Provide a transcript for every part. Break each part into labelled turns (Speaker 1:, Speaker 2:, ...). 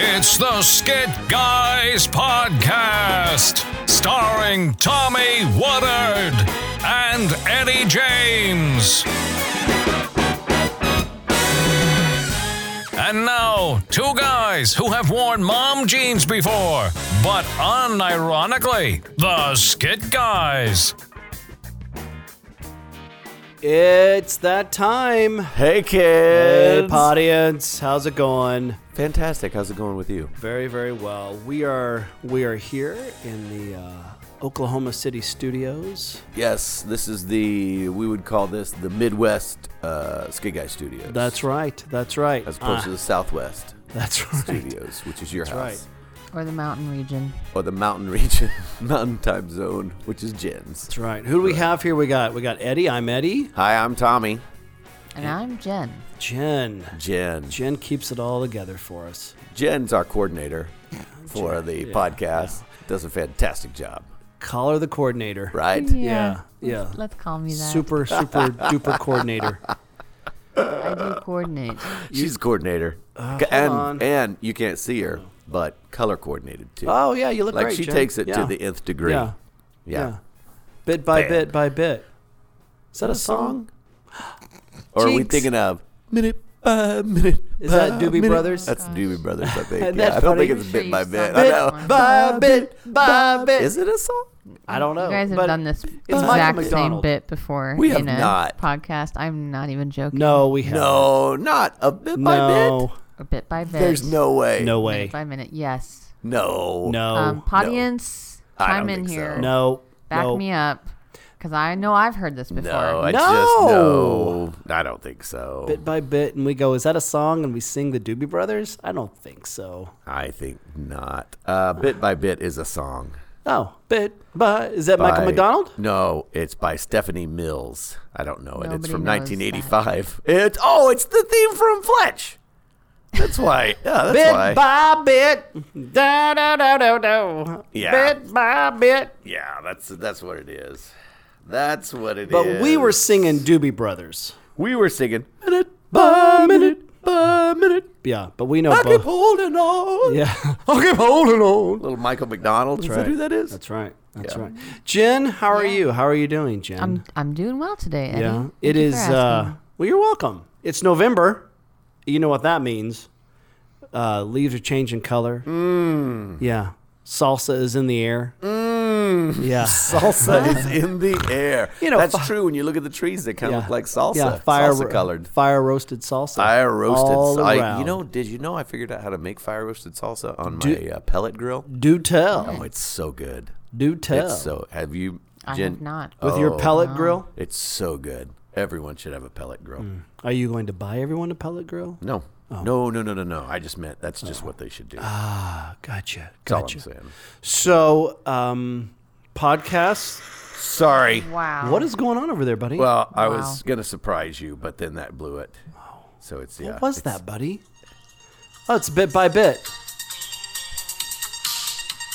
Speaker 1: It's the Skit Guys Podcast, starring Tommy Woodard and Eddie James. And now, two guys who have worn mom jeans before, but unironically, the Skit Guys.
Speaker 2: It's that time.
Speaker 3: Hey
Speaker 2: Hey,
Speaker 3: kids!
Speaker 2: audience, how's it going?
Speaker 3: Fantastic. How's it going with you?
Speaker 2: Very, very well. We are we are here in the uh, Oklahoma City studios.
Speaker 3: Yes, this is the we would call this the Midwest uh, Skid Guy Studios.
Speaker 2: That's right. That's right.
Speaker 3: as opposed to
Speaker 2: Ah,
Speaker 3: the Southwest
Speaker 2: that's right.
Speaker 3: Studios, which is your
Speaker 2: That's
Speaker 3: house,
Speaker 4: Or the mountain region.
Speaker 3: or the Mountain Region, Mountain Time Zone, which is Jen's.
Speaker 2: That's right. Who do we have here? We got we got Eddie. I'm Eddie.
Speaker 3: Hi, I'm Tommy.
Speaker 4: And I'm Jen.
Speaker 2: Jen.
Speaker 3: Jen.
Speaker 2: Jen keeps it all together for us.
Speaker 3: Jen's our coordinator for the podcast. Does a fantastic job,
Speaker 2: Call her the coordinator.
Speaker 3: right?
Speaker 2: Yeah, yeah.
Speaker 4: Let's, let's call me that.
Speaker 2: Super, super duper coordinator.
Speaker 4: I do
Speaker 2: uh,
Speaker 4: coordinate.
Speaker 3: She's a coordinator, and
Speaker 2: on.
Speaker 3: and you can't see her, but color coordinated too.
Speaker 2: Oh yeah, you look
Speaker 3: like
Speaker 2: great,
Speaker 3: she
Speaker 2: Jen.
Speaker 3: takes it
Speaker 2: Yeah.
Speaker 3: to the nth degree.
Speaker 2: Yeah.
Speaker 3: yeah.
Speaker 2: Bit by
Speaker 3: Bam.
Speaker 2: bit by bit. Is that a song?
Speaker 3: Or are we
Speaker 2: Jinx.
Speaker 3: thinking of minute by minute?
Speaker 2: Is that
Speaker 3: by
Speaker 2: Doobie
Speaker 3: minute?
Speaker 2: Brothers?
Speaker 3: That's
Speaker 4: Gosh.
Speaker 3: Doobie Brothers, I think.
Speaker 2: Isn't
Speaker 3: yeah,
Speaker 2: that
Speaker 3: I don't
Speaker 2: funny?
Speaker 3: think it's bit
Speaker 4: Sure
Speaker 3: by
Speaker 4: you
Speaker 3: bit.
Speaker 4: sung
Speaker 3: I
Speaker 4: that
Speaker 3: know.
Speaker 4: one.
Speaker 2: by bit by bit.
Speaker 3: Is it a song?
Speaker 2: I don't know.
Speaker 4: You guys have
Speaker 2: but-
Speaker 4: done this
Speaker 2: Michael
Speaker 4: exact same
Speaker 2: McDonald.
Speaker 4: bit before
Speaker 3: We have
Speaker 4: in a
Speaker 3: not.
Speaker 4: podcast. I'm not even joking.
Speaker 2: No, we haven't.
Speaker 3: No, not a bit by
Speaker 2: no,
Speaker 3: bit.
Speaker 4: Or bit by bit.
Speaker 3: There's no way.
Speaker 2: no
Speaker 4: Minute
Speaker 2: way.
Speaker 4: by minute. Yes.
Speaker 3: No.
Speaker 2: No,
Speaker 4: um, audience,
Speaker 3: I don't
Speaker 4: chime in
Speaker 3: think so.
Speaker 4: here.
Speaker 2: no,
Speaker 4: Back
Speaker 2: no.
Speaker 4: me up. Because I know I've heard this before.
Speaker 3: No, I
Speaker 2: No.
Speaker 3: just no. I don't think so.
Speaker 2: Bit by bit, and we go. Is that a song? And we sing the Doobie Brothers. I don't think so.
Speaker 3: I think not. Uh, bit by bit is a song.
Speaker 2: Oh, bit by is that Michael
Speaker 3: by-
Speaker 2: McDonald?
Speaker 3: No, it's by Stephanie Mills. I don't know it. it's
Speaker 4: Nobody
Speaker 3: from
Speaker 4: knows
Speaker 3: 1985. It's oh, it's the theme from Fletch. That's why. Yeah, that's
Speaker 2: Bit
Speaker 3: why.
Speaker 2: by bit, da da da da da.
Speaker 3: Yeah.
Speaker 2: Bit by bit.
Speaker 3: yeah, that's that's what it is. That's what it is.
Speaker 2: But we were singing Doobie Brothers.
Speaker 3: we were singing.
Speaker 2: Minute by minute
Speaker 3: by minute,
Speaker 2: Yeah, but we know
Speaker 3: I keep
Speaker 2: both.
Speaker 3: holding on.
Speaker 2: Yeah, I'll keep holding on.
Speaker 3: Little Michael McDonald. Is
Speaker 2: right.
Speaker 3: that who that is?
Speaker 2: That's right. That's
Speaker 3: Yeah.
Speaker 2: right. Jen, how are you? How are you doing, Jen?
Speaker 4: I'm, I'm doing well today, Eddie.
Speaker 2: yeah.
Speaker 4: Thank
Speaker 2: It
Speaker 4: you
Speaker 2: is
Speaker 4: for asking.
Speaker 2: uh well you're welcome. It's November. You know what that means. Uh leaves are changing color. Mm. Yeah. Salsa is in the air.
Speaker 3: Mm.
Speaker 2: Yeah.
Speaker 3: Salsa is in the air.
Speaker 2: You know,
Speaker 3: that's
Speaker 2: fi-
Speaker 3: true. When you look at the trees, they kind
Speaker 2: yeah.
Speaker 3: of look like salsa. salsa colored.
Speaker 2: Fire roasted salsa.
Speaker 3: Fire roasted
Speaker 2: all
Speaker 3: salsa.
Speaker 2: around.
Speaker 3: You know, did you know I figured out how to make fire roasted salsa on
Speaker 2: Do-
Speaker 3: my uh, pellet grill?
Speaker 2: do tell.
Speaker 3: Oh, it's so good.
Speaker 2: Do tell.
Speaker 3: It's so. Have you,
Speaker 4: I
Speaker 3: Jen?
Speaker 4: have not.
Speaker 2: With your
Speaker 3: Oh.
Speaker 2: pellet grill?
Speaker 3: It's so good. Everyone should have a pellet grill.
Speaker 2: Are you going to buy everyone a pellet grill?
Speaker 3: No,
Speaker 2: Oh.
Speaker 3: no, no, no, no, no. I just meant that's just what they should do. That's
Speaker 2: Uh, gotcha.
Speaker 3: all
Speaker 2: Gotcha.
Speaker 3: I'm saying.
Speaker 2: So, um podcasts.
Speaker 3: Sorry.
Speaker 4: Wow.
Speaker 2: What is going on over there, buddy?
Speaker 3: Well, I
Speaker 4: Wow.
Speaker 3: was gonna surprise you, but then that blew it. So it's yeah.
Speaker 2: What was
Speaker 3: it's-
Speaker 2: that, buddy? Oh, it's bit by bit.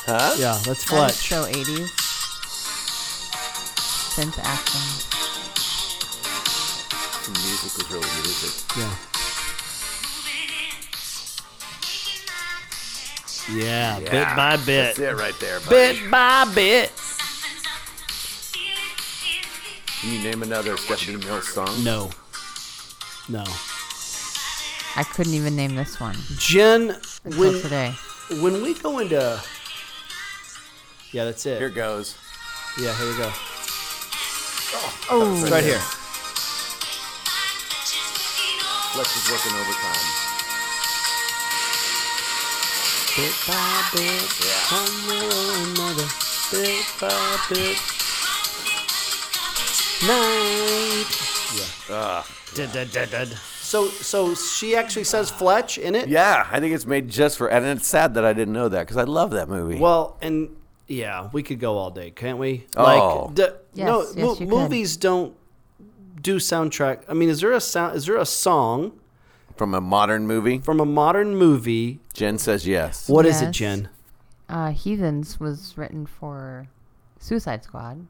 Speaker 3: Huh?
Speaker 2: Yeah, that's
Speaker 4: That is
Speaker 2: Fletch.
Speaker 4: so 80s. Synth action.
Speaker 3: The music was really music.
Speaker 2: Yeah.
Speaker 5: uh,
Speaker 2: Yeah, bit
Speaker 3: Yeah,
Speaker 2: by
Speaker 3: That's
Speaker 2: bit.
Speaker 3: it right there. Buddy.
Speaker 2: Bit by bit.
Speaker 3: Can you name another Stephanie Mills song?
Speaker 2: No. No.
Speaker 4: I couldn't even name this one
Speaker 2: Jen,
Speaker 4: until
Speaker 2: when
Speaker 4: today.
Speaker 2: when we go into Yeah, that's
Speaker 3: Here
Speaker 2: it.
Speaker 3: goes.
Speaker 2: Yeah, here we go.
Speaker 4: Oh,
Speaker 2: It's right here.
Speaker 3: Fletch is working overtime.
Speaker 2: Bit by bit.
Speaker 3: Yeah.
Speaker 2: I'm your own mother. Bit by bit. Night.
Speaker 3: Ugh.
Speaker 2: So so she actually says Fletch in it?
Speaker 3: Yeah, I think it's made just for, and it's sad that I didn't know that because I love that movie.
Speaker 2: Well, and yeah, we could go all day, can't we?
Speaker 3: Oh.
Speaker 2: Like the,
Speaker 4: Yes,
Speaker 2: no,
Speaker 4: yes,
Speaker 2: mo-
Speaker 4: you could.
Speaker 2: movies don't do soundtrack. I mean, is there a sound is there a song
Speaker 3: from a modern movie,
Speaker 2: from a modern movie?
Speaker 3: Jen says yes.
Speaker 2: What is it,
Speaker 4: Yes.
Speaker 2: Jen?
Speaker 4: uh, Heathens was written for Suicide Squad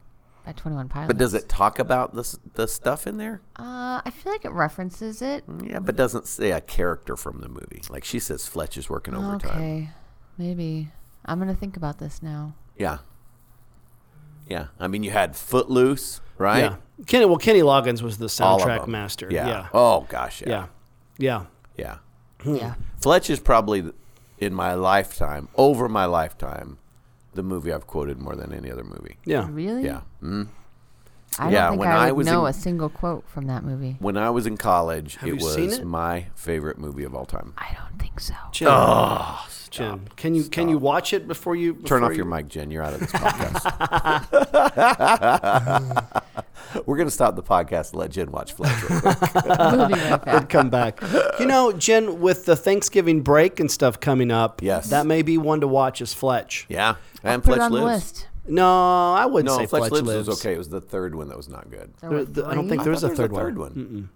Speaker 4: by 21 Pilots.
Speaker 3: But does it talk about the s- the stuff in there?
Speaker 4: Uh, I feel like it references it.
Speaker 3: Yeah, but doesn't say a character from the movie. Like she says, Fletch is working overtime.
Speaker 4: Okay. Maybe. I'm going to think about this now.
Speaker 3: Yeah. Yeah. I mean, you had Footloose, right?
Speaker 2: Yeah. Kenny, well, Kenny Loggins was the
Speaker 3: All of
Speaker 2: soundtrack
Speaker 3: them.
Speaker 2: master.
Speaker 3: Yeah.
Speaker 2: Yeah.
Speaker 3: Oh gosh. Yeah.
Speaker 2: yeah.
Speaker 3: yeah.
Speaker 2: Yeah.
Speaker 3: Hmm.
Speaker 4: yeah.
Speaker 3: Fletch is probably in my lifetime, over my lifetime, the movie I've quoted more than any other movie.
Speaker 2: Yeah.
Speaker 4: Really?
Speaker 3: Yeah. Mm.
Speaker 4: I don't
Speaker 3: Yeah,
Speaker 4: think
Speaker 3: when
Speaker 4: I
Speaker 3: I was
Speaker 4: would know
Speaker 3: in-
Speaker 4: a single quote from that movie.
Speaker 3: When I was in college,
Speaker 2: Have
Speaker 3: it
Speaker 2: you seen
Speaker 3: was
Speaker 2: it?
Speaker 3: my favorite movie of all time.
Speaker 4: I don't think so.
Speaker 2: Jim, Jim, can you can you watch it before you
Speaker 3: Turn
Speaker 2: before
Speaker 3: off your
Speaker 2: you-
Speaker 3: mic, Jen. You're out of this podcast. We're gonna stop the podcast and let Jen watch Fletch. real quick.
Speaker 4: we'll be right back.
Speaker 2: Come back. You know, Jen, with the Thanksgiving break and stuff coming up,
Speaker 3: Yes.
Speaker 2: that may be one to watch is Fletch.
Speaker 3: Yeah, and
Speaker 4: Put
Speaker 3: Fletch
Speaker 4: it on
Speaker 3: lives.
Speaker 4: the list.
Speaker 2: No, I wouldn't
Speaker 3: No,
Speaker 2: say
Speaker 3: Fletch,
Speaker 2: Fletch,
Speaker 3: lives,
Speaker 2: lives.
Speaker 3: was okay. It was the third one that was not good.
Speaker 2: There-
Speaker 4: There were
Speaker 2: the- Uh, I don't
Speaker 4: three?
Speaker 2: think there was
Speaker 3: I
Speaker 2: a
Speaker 3: thought
Speaker 2: third
Speaker 3: a
Speaker 2: one.
Speaker 3: third one.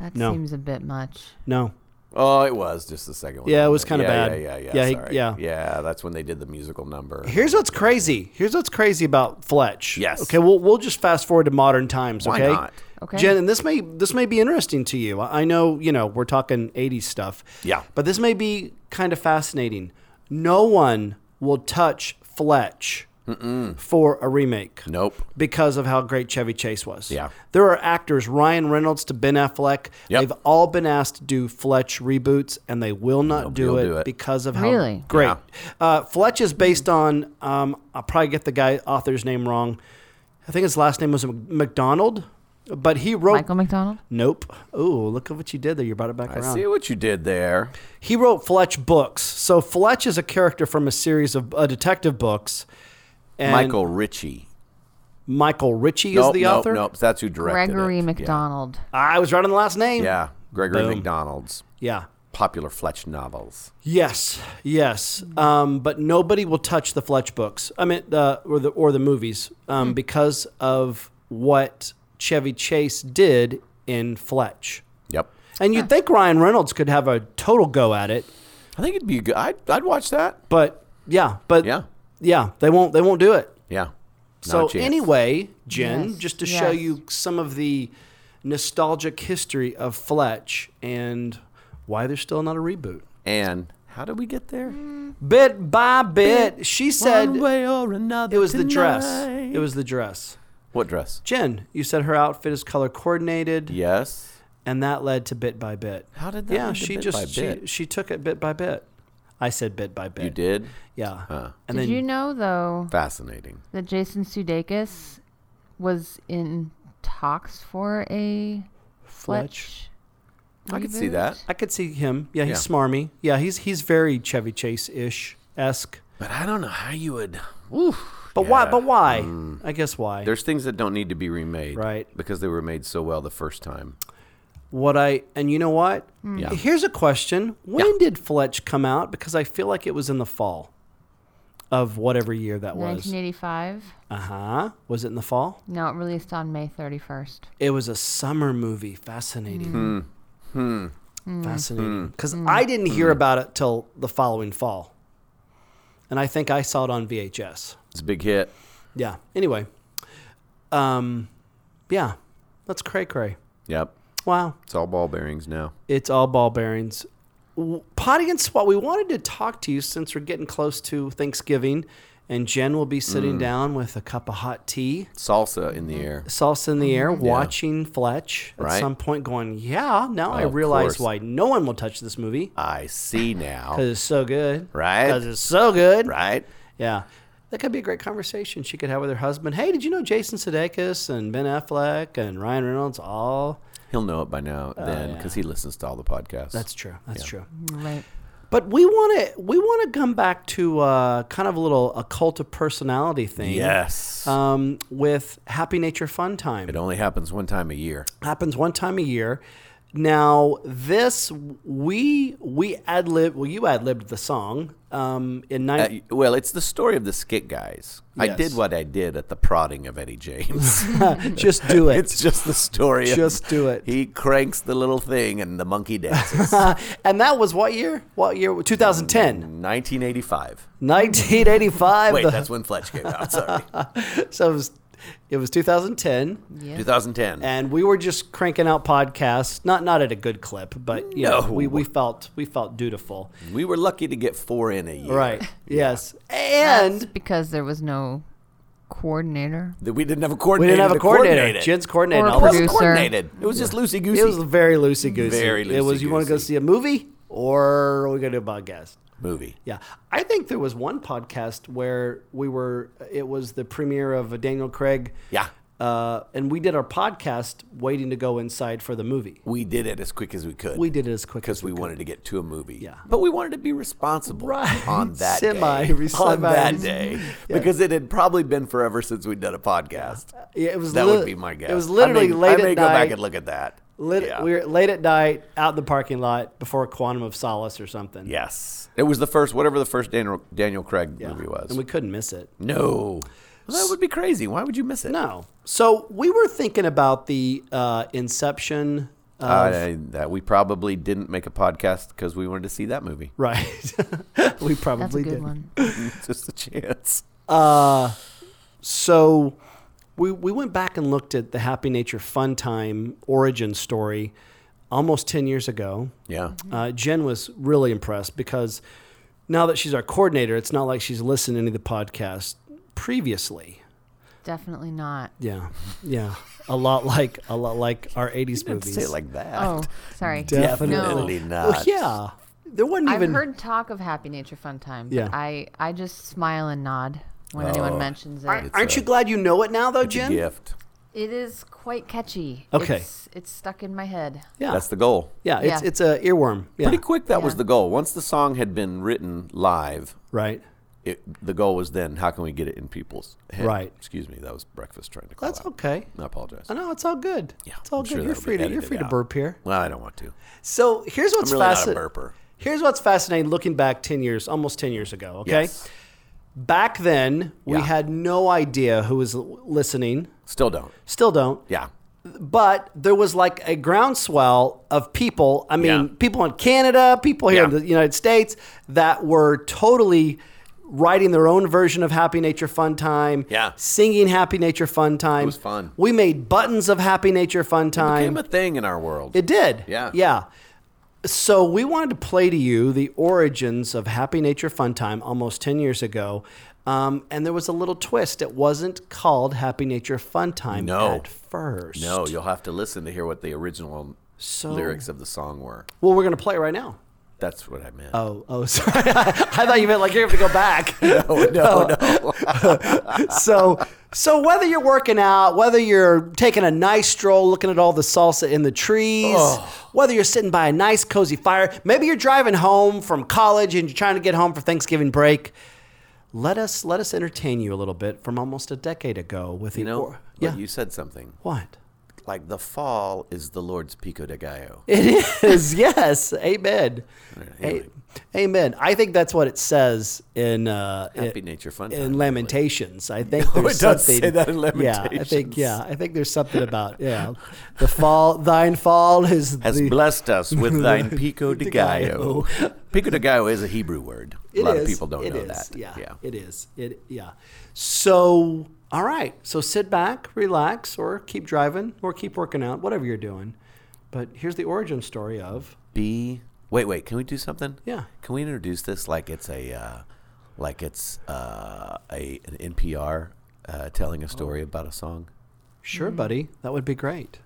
Speaker 4: That
Speaker 2: No.
Speaker 4: seems a bit much.
Speaker 2: No.
Speaker 3: Oh, it was just the second one.
Speaker 2: Yeah, it was kinda
Speaker 3: Yeah,
Speaker 2: bad.
Speaker 3: Yeah, yeah, yeah.
Speaker 2: Yeah, he-
Speaker 3: sorry.
Speaker 2: yeah.
Speaker 3: yeah. That's when they did the musical number.
Speaker 2: Here's what's crazy. Here's what's crazy about Fletch.
Speaker 3: Yes.
Speaker 2: Okay, we'll we'll just fast forward to modern times.
Speaker 3: Why
Speaker 2: Okay.
Speaker 3: not?
Speaker 4: Okay.
Speaker 2: Jen, and this may this may be interesting to you. I I know you know we're talking '80s stuff.
Speaker 3: Yeah.
Speaker 2: But this may be kind of fascinating. No one will touch Fletch for a remake.
Speaker 3: Nope.
Speaker 2: Because of how great Chevy Chase was.
Speaker 3: Yeah.
Speaker 2: There are actors, Ryan Reynolds to Ben Affleck.
Speaker 3: Yep.
Speaker 2: They've all been asked to do Fletch reboots, and they will not do,
Speaker 3: will
Speaker 2: it
Speaker 3: do it.
Speaker 2: because of how
Speaker 4: Really?
Speaker 2: great.
Speaker 3: Yeah.
Speaker 2: Uh, Fletch is based on, um, I'll probably get the guy author's name wrong. I think his last name was Mc- McDonald, but he
Speaker 3: Oh.
Speaker 2: wrote.
Speaker 4: Michael McDonald?
Speaker 2: Nope. Oh, look at what you did there. You brought it back
Speaker 3: I
Speaker 2: around.
Speaker 3: see what you did there.
Speaker 2: He wrote Fletch books. So Fletch is a character from a series of uh, detective books. And
Speaker 3: Michael Ritchie.
Speaker 2: Michael Ritchie
Speaker 3: nope,
Speaker 2: is the
Speaker 3: nope,
Speaker 2: author.
Speaker 3: Nope, that's who directed
Speaker 4: Gregory
Speaker 3: it.
Speaker 4: McDonald.
Speaker 2: I was right on the last
Speaker 3: Yeah,
Speaker 2: name.
Speaker 3: yeah. Gregory
Speaker 2: Boom.
Speaker 3: McDonald's
Speaker 2: Yeah.
Speaker 3: popular Fletch novels.
Speaker 2: Yes. Yes. Um, but nobody will touch the Fletch books. I mean, uh, or the or the movies
Speaker 3: Hmm.
Speaker 2: um, because of what Chevy Chase did in Fletch.
Speaker 3: Yep.
Speaker 2: And you'd think Ryan Reynolds could have a total go at it,
Speaker 3: I think it'd be good. I'd, I'd watch that.
Speaker 2: but yeah, but
Speaker 3: Yeah.
Speaker 2: yeah, they won't they won't do it.
Speaker 3: Yeah. Not
Speaker 2: So
Speaker 3: a chance.
Speaker 2: anyway, Jen,
Speaker 4: Yes,
Speaker 2: just to
Speaker 4: yes.
Speaker 2: show you some of the nostalgic history of Fletch and why there's still not a reboot.
Speaker 3: and how did we get there?
Speaker 2: Bit by bit, she said
Speaker 3: One
Speaker 2: it
Speaker 3: way or another.
Speaker 2: was the dress.
Speaker 3: tonight.
Speaker 2: It was the dress.
Speaker 3: what dress?
Speaker 2: Jen, you said her outfit is color coordinated,
Speaker 3: Yes.
Speaker 2: and that led to bit by bit.
Speaker 3: How did that
Speaker 2: Yeah,
Speaker 3: lead to
Speaker 2: she
Speaker 3: bit
Speaker 2: just
Speaker 3: by
Speaker 2: She,
Speaker 3: bit?
Speaker 2: she took it bit by bit. I said bit by bit.
Speaker 3: You did. Uh,
Speaker 2: yeah.
Speaker 3: Huh.
Speaker 2: And then
Speaker 4: Did you know, though,
Speaker 3: Fascinating.
Speaker 4: that Jason Sudeikis was in talks for a Fletch?
Speaker 3: I could see
Speaker 4: reboot?
Speaker 3: that.
Speaker 2: I could see him. Yeah, he's
Speaker 3: Yeah.
Speaker 2: smarmy. Yeah, he's he's very Chevy Chase ish esque.
Speaker 3: But I don't know how you would.
Speaker 2: But why?
Speaker 3: Yeah. Mm.
Speaker 2: But why? I guess why.
Speaker 3: There's things that don't need to be remade,
Speaker 2: Right.
Speaker 3: Because they were made so well the first time.
Speaker 2: what I and you know what?
Speaker 3: Yeah.
Speaker 2: Here's a question: When did Fletch come out? Because I feel like it was in the fall of whatever year that was.
Speaker 4: 1985?
Speaker 2: Uh huh. Was it in the fall?
Speaker 4: No, it released on May 31st.
Speaker 2: It was a summer movie. Fascinating. Fascinating. Because I didn't hear about it till the following fall, and I think I saw it on VHS.
Speaker 3: It's a big hit.
Speaker 2: Yeah. Anyway, um, yeah, that's cray cray.
Speaker 3: Yep.
Speaker 2: Wow.
Speaker 3: It's all ball bearings now.
Speaker 2: It's all ball bearings. W- Podians, what we wanted to talk to you since we're getting close to Thanksgiving, and Jen will be sitting down with a cup of hot tea,
Speaker 3: Salsa in the
Speaker 2: Mm-hmm.
Speaker 3: air.
Speaker 2: salsa in the air, watching Fletch at
Speaker 3: Mm-hmm. Right.
Speaker 2: some point, going, "Yeah, now I
Speaker 3: Of
Speaker 2: realize
Speaker 3: course.
Speaker 2: why no one will touch this movie
Speaker 3: I see now.
Speaker 2: because it's so good,
Speaker 3: Right.
Speaker 2: Because it's so good,
Speaker 3: Right?
Speaker 2: Yeah." That could be a great conversation she could have with her husband. Hey, did you know Jason Sudeikis and Ben Affleck and Ryan Reynolds all?
Speaker 3: He'll know it by now then because he listens to all the podcasts.
Speaker 2: Oh, That's true. That's true.
Speaker 4: Right.
Speaker 2: But we want to we want to come back to uh, kind of a little a cult of personality thing.
Speaker 3: yes.
Speaker 2: Um, with Happy Nature Fun Time.
Speaker 3: it only happens one time a year.
Speaker 2: happens one time a year. Now this we we ad lib well you ad libbed the song um, in
Speaker 3: Uh,
Speaker 2: nine
Speaker 3: well, it's the story of the skit guys. I
Speaker 2: Yes.
Speaker 3: did what I did at the prodding of Eddie James.
Speaker 2: just do it
Speaker 3: Uh, it's just the story. of-
Speaker 2: Just do it.
Speaker 3: He cranks the little thing and the monkey dances.
Speaker 2: Uh, and that was what year what year 2010
Speaker 3: 1985.
Speaker 2: 1985
Speaker 3: Wait,
Speaker 2: the-
Speaker 3: that's when Fletch came out. Sorry.
Speaker 2: so it was It was 2010.
Speaker 4: Yeah.
Speaker 3: 2010.
Speaker 2: and we were just cranking out podcasts not not at a good clip but you know
Speaker 3: No.
Speaker 2: we, we felt we felt dutiful
Speaker 3: we were lucky to get four in a year.
Speaker 2: right yes
Speaker 4: That's
Speaker 2: and
Speaker 4: because there was no coordinator.
Speaker 3: That we didn't have a
Speaker 2: we
Speaker 3: coordinator.
Speaker 2: didn't have a
Speaker 3: to coordinate
Speaker 2: coordinator
Speaker 3: it.
Speaker 2: jen's coordinating
Speaker 4: Or a
Speaker 2: all
Speaker 3: It
Speaker 2: this
Speaker 4: producer.
Speaker 3: wasn't coordinated. It was just loosey goosey.
Speaker 2: it was very loosey goosey
Speaker 3: Very
Speaker 2: it was you want to go
Speaker 3: loosey-goosey.
Speaker 2: see a movie or are we going to do a podcast
Speaker 3: movie.
Speaker 2: yeah i think there was one podcast where we were it was the premiere of a daniel craig
Speaker 3: Yeah.
Speaker 2: uh, and we did our podcast waiting to go inside for the movie
Speaker 3: We did it as quick as we could.
Speaker 2: we did it as quick as
Speaker 3: because we wanted to get to a movie.
Speaker 2: Yeah.
Speaker 3: But we wanted to be responsible
Speaker 2: Right.
Speaker 3: on that
Speaker 2: Semi-
Speaker 3: day. On
Speaker 2: semi-
Speaker 3: that day. Because it had probably been forever since we'd done a podcast.
Speaker 2: Yeah, it was
Speaker 3: That
Speaker 2: li-
Speaker 3: would be my guess.
Speaker 2: It was
Speaker 3: I
Speaker 2: literally
Speaker 3: may-
Speaker 2: late
Speaker 3: I may
Speaker 2: at
Speaker 3: go
Speaker 2: night.
Speaker 3: back and look at that.
Speaker 2: Lit,
Speaker 3: Yeah.
Speaker 2: We were late at night out in the parking lot before Quantum of Solace or something.
Speaker 3: Yes. It was the first, whatever the first Daniel, Daniel Craig movie was.
Speaker 2: And we couldn't miss it.
Speaker 3: no. Well, that would be crazy. Why would you miss it?
Speaker 2: No. So we were thinking about the uh, Inception. Uh,
Speaker 3: Uh, that we probably didn't make a podcast because we wanted to see that movie.
Speaker 2: right. we probably
Speaker 4: That's a
Speaker 2: did.
Speaker 4: good one.
Speaker 3: Just a chance.
Speaker 2: So we, we went back and looked at the Happy Nature Fun Time origin story almost 10 years ago.
Speaker 3: Yeah.
Speaker 4: Mm-hmm.
Speaker 2: Uh, Jen was really impressed because now that she's our coordinator, it's not like she's listened to any of the podcasts previously.
Speaker 4: Definitely not.
Speaker 2: Yeah, yeah, a lot like a lot like our '80s
Speaker 3: Didn't
Speaker 2: movies.
Speaker 3: Say it like that.
Speaker 4: Oh, sorry.
Speaker 2: Definitely.
Speaker 3: Definitely
Speaker 4: No.
Speaker 3: not.
Speaker 2: Well, yeah, there wasn't
Speaker 4: I've
Speaker 2: even
Speaker 4: heard talk of Happy Nature Fun Time, but
Speaker 2: Yeah. Oh.
Speaker 4: I, I just smile and nod when anyone mentions it.
Speaker 2: Aren't you glad you know it now, though, Jen?
Speaker 3: Gift.
Speaker 4: It is quite catchy.
Speaker 2: Okay.
Speaker 4: It's, it's stuck in my head.
Speaker 2: Yeah,
Speaker 3: That's the goal.
Speaker 2: yeah. It's
Speaker 4: Yeah.
Speaker 2: it's a earworm. Yeah,
Speaker 3: Pretty quick, that was
Speaker 4: Yeah.
Speaker 3: the goal. Once the song had been written live,
Speaker 2: right.
Speaker 3: it, the goal was then how can we get it in people's head?
Speaker 2: Right.
Speaker 3: Excuse me, that was breakfast trying to call
Speaker 2: That's
Speaker 3: out.
Speaker 2: okay.
Speaker 3: I apologize.
Speaker 2: I know it's all good. Yeah, it's all
Speaker 3: I'm
Speaker 2: good.
Speaker 3: sure
Speaker 2: you're
Speaker 3: that'll be
Speaker 2: free to you're
Speaker 3: edited
Speaker 2: free to
Speaker 3: out.
Speaker 2: burp here.
Speaker 3: Well, I don't want to.
Speaker 2: So here's what's
Speaker 3: I'm really not a
Speaker 2: fascinating.
Speaker 3: burper.
Speaker 2: Here's what's fascinating. Looking back ten years, almost ten years ago. Okay,
Speaker 3: Yes.
Speaker 2: back then we
Speaker 3: Yeah.
Speaker 2: had no idea who was l- listening.
Speaker 3: Still don't.
Speaker 2: Still don't.
Speaker 3: Yeah.
Speaker 2: but there was like a groundswell of people. I mean,
Speaker 3: Yeah.
Speaker 2: people in Canada, people here in
Speaker 3: Yeah.
Speaker 2: the United States that were totally writing their own version of Happy Nature Fun Time.
Speaker 3: Yeah.
Speaker 2: Singing Happy Nature Fun Time. It
Speaker 3: was fun.
Speaker 2: We made buttons of Happy Nature Fun
Speaker 3: Became
Speaker 2: Time.
Speaker 3: a thing in our world.
Speaker 2: it did.
Speaker 3: Yeah.
Speaker 2: Yeah. So we wanted to play to you the origins of Happy Nature Fun Time almost 10 years ago. Um, and there was a little twist. It wasn't called Happy Nature Fun Time
Speaker 3: No.
Speaker 2: at first.
Speaker 3: no, you'll have to listen to hear what the original
Speaker 2: So-
Speaker 3: lyrics of the song were.
Speaker 2: Well, we're going to play right now.
Speaker 3: That's what I meant.
Speaker 2: Oh, oh, sorry. I thought you meant like you have to go back.
Speaker 3: Oh, no,
Speaker 2: Oh.
Speaker 3: no, no.
Speaker 2: so, so whether you're working out, whether you're taking a nice stroll, looking at all the salsa in the trees, whether you're sitting by a nice cozy fire, maybe you're driving home from college and you're trying to get home for Thanksgiving break. Let us let us entertain you a little bit from almost a decade ago with the
Speaker 3: You know,
Speaker 2: or-
Speaker 3: yeah.
Speaker 2: yeah
Speaker 3: you said something.
Speaker 2: what
Speaker 3: Like the fall is the Lord's Pico de Gallo.
Speaker 2: it is yes amen A-
Speaker 3: anyway.
Speaker 2: amen I think that's what it says in uh,
Speaker 3: Happy
Speaker 2: it-
Speaker 3: Nature Fun. Time,
Speaker 2: in
Speaker 3: really.
Speaker 2: Lamentations. I think
Speaker 3: No,
Speaker 2: there's
Speaker 3: it does
Speaker 2: something,
Speaker 3: say that in
Speaker 2: Yeah, I think
Speaker 3: Lamentations.
Speaker 2: yeah, I think there's something about yeah, the fall. Thine fall is
Speaker 3: has
Speaker 2: the,
Speaker 3: blessed us with thine pico de
Speaker 2: De Gallo.
Speaker 3: gallo. Pico de gallo is a Hebrew word.
Speaker 2: It
Speaker 3: a lot
Speaker 2: is,
Speaker 3: of people don't
Speaker 2: it
Speaker 3: know
Speaker 2: is,
Speaker 3: that.
Speaker 2: Yeah,
Speaker 3: yeah.
Speaker 2: it is. It yeah. So all right, so sit back, relax, or keep driving, or keep working out, whatever you're doing. But here's the origin story of
Speaker 3: Be wait, wait. Can we do something?
Speaker 2: Yeah.
Speaker 3: Can we introduce this like it's a uh, like it's uh, a an NPR uh, telling a
Speaker 2: Oh.
Speaker 3: story about a song?
Speaker 2: sure, buddy. That would be great.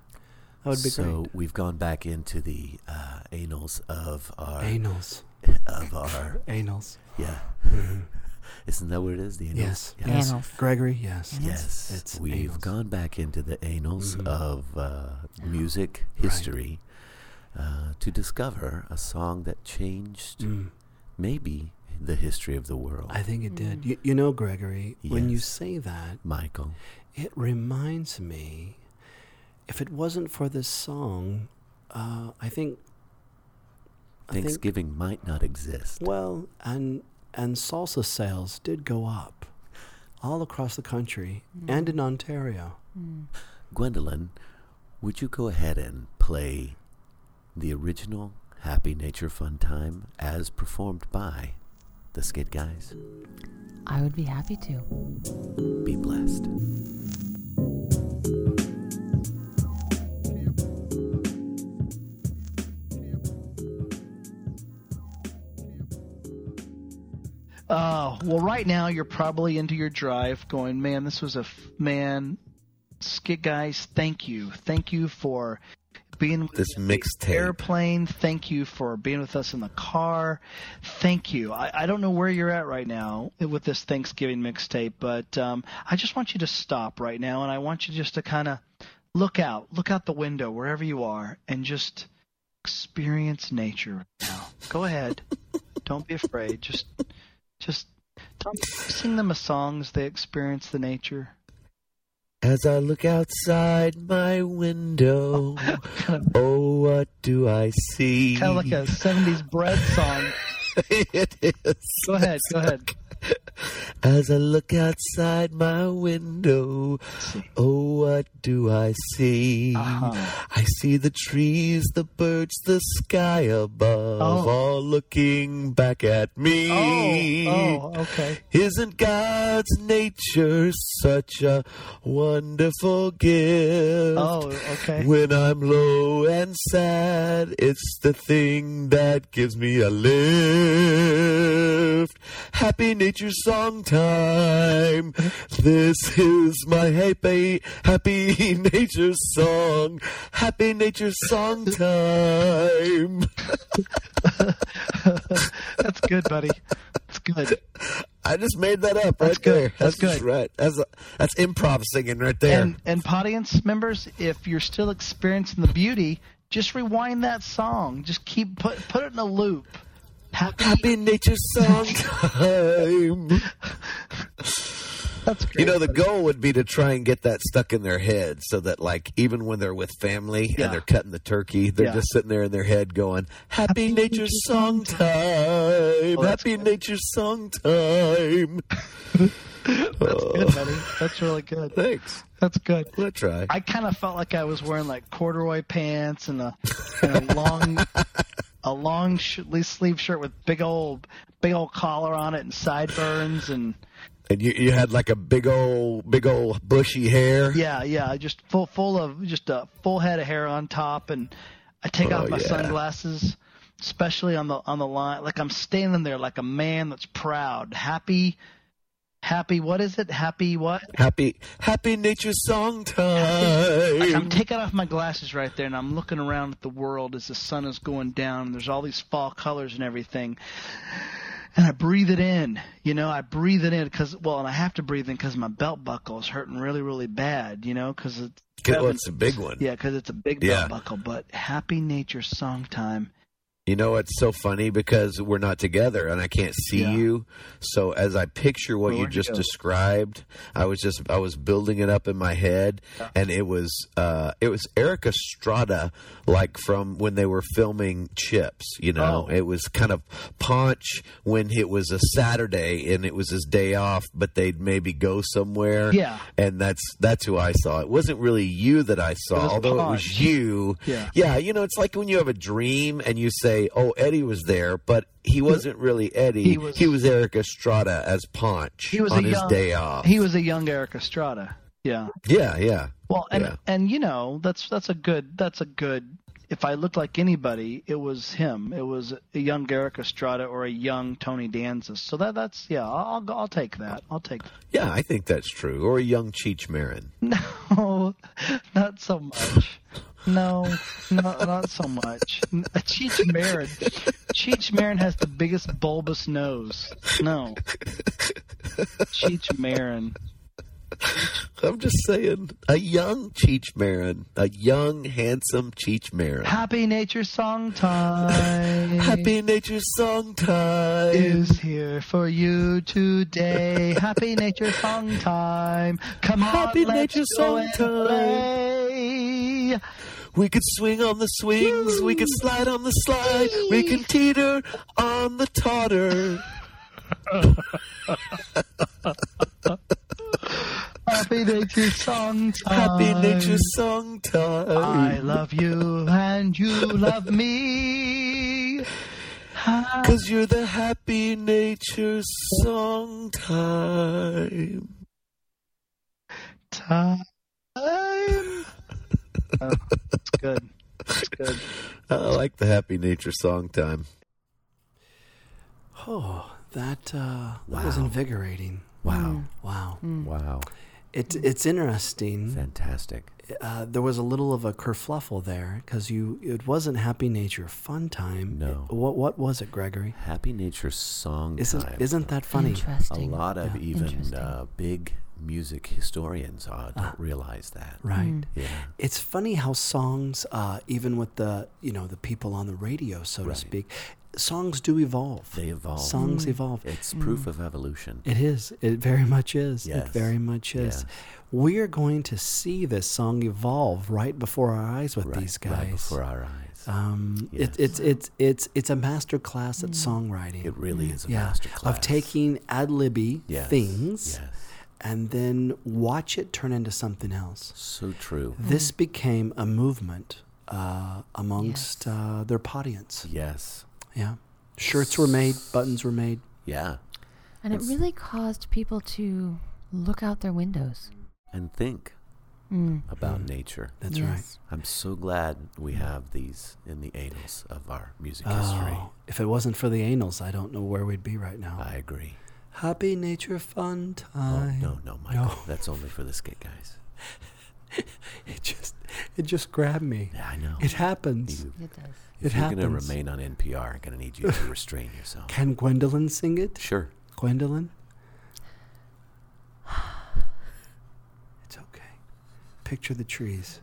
Speaker 2: That would be
Speaker 3: Mm-hmm. so we've gone back into the uh, annals of our
Speaker 2: great. Anals,
Speaker 3: of our
Speaker 2: anals.
Speaker 3: yeah. Isn't that what it is? The annals.
Speaker 2: Mm-hmm. Yes,
Speaker 3: Yeah.
Speaker 2: yes.
Speaker 4: Anals.
Speaker 2: Gregory, yes,
Speaker 3: Yes,
Speaker 2: It's
Speaker 3: we've
Speaker 2: anals. Mm-hmm.
Speaker 3: gone back into the annals of uh, music history uh, to discover a song that changed maybe the history of the world.
Speaker 2: Mm. I think it did. You, you know, Gregory, when you
Speaker 3: Yes.
Speaker 2: say that,
Speaker 3: Michael,
Speaker 2: it reminds me. If it wasn't for this song, uh, I think. I think-
Speaker 3: Thanksgiving might not exist.
Speaker 2: well, and and salsa sales did go up, all across the country and in Ontario.
Speaker 3: Gwendolyn, would you go ahead and play the original Happy Nature Fun Time as performed by the Skid Guys?
Speaker 4: I would be happy to.
Speaker 3: Be blessed.
Speaker 6: Oh, well, right now you're probably into your drive going, man, this was a, f- man, Skid Guys, thank you. Thank you for being with
Speaker 3: This
Speaker 6: us on the
Speaker 3: mixtape.
Speaker 6: airplane. Thank you for being with us in the car. Thank you. I, I don't know where you're at right now with this Thanksgiving mixtape, but um, I just want you to stop right now and I want you just to kind of look out, look out the window wherever you are and just experience nature right now. Go ahead. don't be afraid. Just, just, Tom, sing them a song as they experience the nature.
Speaker 3: As I look outside my window, oh, what do I see?
Speaker 6: Kind of like a 70s bread song.
Speaker 3: it is.
Speaker 6: Go ahead, go ahead.
Speaker 3: As I look outside my window,
Speaker 6: see.
Speaker 3: oh, what do I see?
Speaker 6: Uh-huh.
Speaker 3: I see the trees, the birds, the sky above,
Speaker 6: Oh.
Speaker 3: all looking back at me.
Speaker 6: Oh, oh, okay.
Speaker 3: Isn't God's nature such a wonderful gift?
Speaker 6: Oh, okay.
Speaker 3: When I'm low and sad, it's the thing that gives me a lift. Happy nature song time. This is my happy, happy nature song. Happy nature song time.
Speaker 6: That's good, buddy. That's good.
Speaker 3: I just made that up
Speaker 6: That's
Speaker 3: right
Speaker 6: good.
Speaker 3: there.
Speaker 6: That's
Speaker 3: just
Speaker 6: good.
Speaker 3: Right. That's that's improv singing right there.
Speaker 6: And and audience members, if you're still experiencing the beauty, just rewind that song. Just keep put put it in a loop. Happy.
Speaker 3: Happy nature song time.
Speaker 6: That's great.
Speaker 3: You know, the goal would be to try and get that stuck in their head so that, like, even when they're with family
Speaker 6: Yeah.
Speaker 3: and they're cutting the turkey, they're
Speaker 6: Yeah.
Speaker 3: just sitting there in their head going, Happy, Nature, Song Time!
Speaker 6: that's
Speaker 3: Happy
Speaker 6: good.
Speaker 3: Nature Song Time!
Speaker 6: That's good, buddy. That's really good.
Speaker 3: Thanks.
Speaker 6: That's good.
Speaker 3: We'll try.
Speaker 6: I kind of felt like I was wearing like corduroy pants and a, and a long a long sh- sleeve shirt with big old big old collar on it and sideburns and
Speaker 3: and you, you had, like, a big old, big old bushy hair.
Speaker 6: yeah yeah just full full of just a full head of hair on top and I take
Speaker 3: Oh,
Speaker 6: off my
Speaker 3: yeah.
Speaker 6: sunglasses especially on the on the line like I'm standing there like a man that's proud happy happy what is it happy what
Speaker 3: Happy, happy nature song Uh,
Speaker 6: Like, I'm
Speaker 3: time.
Speaker 6: taking off my glasses right there, and I'm looking around at the world as the sun is going down. And there's all these fall colors and everything, and I breathe it in. You know, I breathe it in because well, and I have to breathe in because my belt buckle is hurting really, really bad. You know, because it's
Speaker 3: Well, it's a big one.
Speaker 6: yeah, because it's a big belt
Speaker 3: Yeah.
Speaker 6: buckle. But happy nature song time.
Speaker 3: You know, it's so funny because we're not together and I can't see
Speaker 6: Yeah.
Speaker 3: you. So as I picture what
Speaker 6: Well,
Speaker 3: you
Speaker 6: where'd you
Speaker 3: just
Speaker 6: go?
Speaker 3: described, I was just I was building it up in my head, and it was uh, it was Eric Estrada, like from when they were filming Chips. You know,
Speaker 6: Oh.
Speaker 3: it was kind of Paunch when it was a Saturday and it was his day off, but they'd maybe go somewhere.
Speaker 6: Yeah.
Speaker 3: and that's that's who I saw. It wasn't really you that I saw,
Speaker 6: was
Speaker 3: although it
Speaker 6: Paunch.
Speaker 3: was you.
Speaker 6: Yeah.
Speaker 3: Yeah, you know, it's like when you have a dream and you say, "Oh, Eddie was there," but he wasn't really Eddie.
Speaker 6: He was-
Speaker 3: Eric Estrada as Paunch
Speaker 6: He was
Speaker 3: on
Speaker 6: a
Speaker 3: his
Speaker 6: young,
Speaker 3: day off.
Speaker 6: He was a young Eric Estrada. Yeah.
Speaker 3: yeah, yeah.
Speaker 6: Well, and
Speaker 3: Yeah.
Speaker 6: and you know that's that's a good that's a good. If I looked like anybody, it was him. It was a young Eric Estrada or a young Tony Danza. So that that's yeah, I'll I'll, I'll take that. I'll take
Speaker 3: Yeah, I think that's true. Or a young Cheech Marin.
Speaker 6: no, not so much. No, not not so much. A Cheech Marin, Cheech Marin has the biggest bulbous nose. No, Cheech Marin.
Speaker 3: I'm just saying, a young Cheech Marin, a young handsome Cheech Marin.
Speaker 6: Happy Nature Song Time.
Speaker 3: Happy Nature Song Time.
Speaker 6: is here for you today. Happy nature song time. Come on,
Speaker 3: Happy
Speaker 6: let's
Speaker 3: nature
Speaker 6: go
Speaker 3: song
Speaker 6: and
Speaker 3: time.
Speaker 6: play.
Speaker 3: We could swing on the swings, we could slide on the slide, we can teeter on the totter.
Speaker 6: Happy nature song time.
Speaker 3: Happy Nature Song
Speaker 6: I
Speaker 3: Time.
Speaker 6: love you and you love me. Ha-
Speaker 3: Cause you're the Happy Nature Song Time.
Speaker 6: Time. Oh, it's good. It's good.
Speaker 3: I like the Happy Nature Song Time.
Speaker 2: Oh, that, uh, that was invigorating.
Speaker 3: Wow.
Speaker 2: Wow.
Speaker 3: Mm.
Speaker 6: Mm.
Speaker 3: Wow.
Speaker 2: It's it's
Speaker 6: Hmm.
Speaker 2: interesting.
Speaker 3: Fantastic.
Speaker 2: Uh, there was a little of a kerfluffle there because you it wasn't Happy Nature Fun Time.
Speaker 3: No.
Speaker 2: It- what what was it, Gregory?
Speaker 3: Happy Nature Song
Speaker 2: Isn't
Speaker 3: Time.
Speaker 2: isn't that funny?
Speaker 3: a
Speaker 4: Interesting.
Speaker 3: lot of even
Speaker 4: Interesting.
Speaker 3: uh, big music historians uh, don't realize that.
Speaker 2: Ah. Right.
Speaker 3: Yeah.
Speaker 2: It's funny how songs, uh, even with the you know the people on the radio, so to
Speaker 3: Right.
Speaker 2: speak, songs do evolve.
Speaker 3: They evolve.
Speaker 2: Songs evolve.
Speaker 3: It's
Speaker 4: Hmm.
Speaker 3: proof of evolution.
Speaker 2: It is. It very much is.
Speaker 3: Yes.
Speaker 2: It very much is.
Speaker 3: Yes.
Speaker 2: We are going to see this song evolve right before our eyes with
Speaker 3: right,
Speaker 2: these guys.
Speaker 3: right before our eyes.
Speaker 2: um,
Speaker 3: Yes.
Speaker 2: it, it's it's it's it's a master class at songwriting.
Speaker 3: it really is a
Speaker 2: yeah,
Speaker 3: masterclass
Speaker 2: of taking ad libby
Speaker 3: Yes,
Speaker 2: things
Speaker 3: Yes.
Speaker 2: and then watch it turn into something else.
Speaker 3: So true.
Speaker 2: This became a movement uh, amongst uh, their audience.
Speaker 3: Yes.
Speaker 2: Yeah, shirts were made, buttons were made.
Speaker 3: Yeah.
Speaker 4: and it really caused people to look out their windows.
Speaker 3: And think
Speaker 4: Mm.
Speaker 3: about
Speaker 2: Hmm.
Speaker 3: nature.
Speaker 2: That's
Speaker 4: Yes.
Speaker 3: I'm so glad
Speaker 2: Hmm.
Speaker 3: we have these in the annals of our music
Speaker 2: right.
Speaker 3: history.
Speaker 2: Oh, if it wasn't for the anals, I don't know where we'd be right now.
Speaker 3: I agree.
Speaker 2: Happy nature fun
Speaker 3: Oh,
Speaker 2: time.
Speaker 3: no, no, Michael. That's only for this skit, guys.
Speaker 2: It just it just grabbed me.
Speaker 3: Yeah, I know.
Speaker 2: It happens.
Speaker 3: You-
Speaker 4: It does.
Speaker 3: if
Speaker 2: it
Speaker 3: you're going to
Speaker 2: happens.
Speaker 3: remain on NPR, I'm going to need you to restrain yourself.
Speaker 2: Can Gwendolyn sing it?
Speaker 3: Sure.
Speaker 2: Gwendolyn? It's okay. Picture the trees.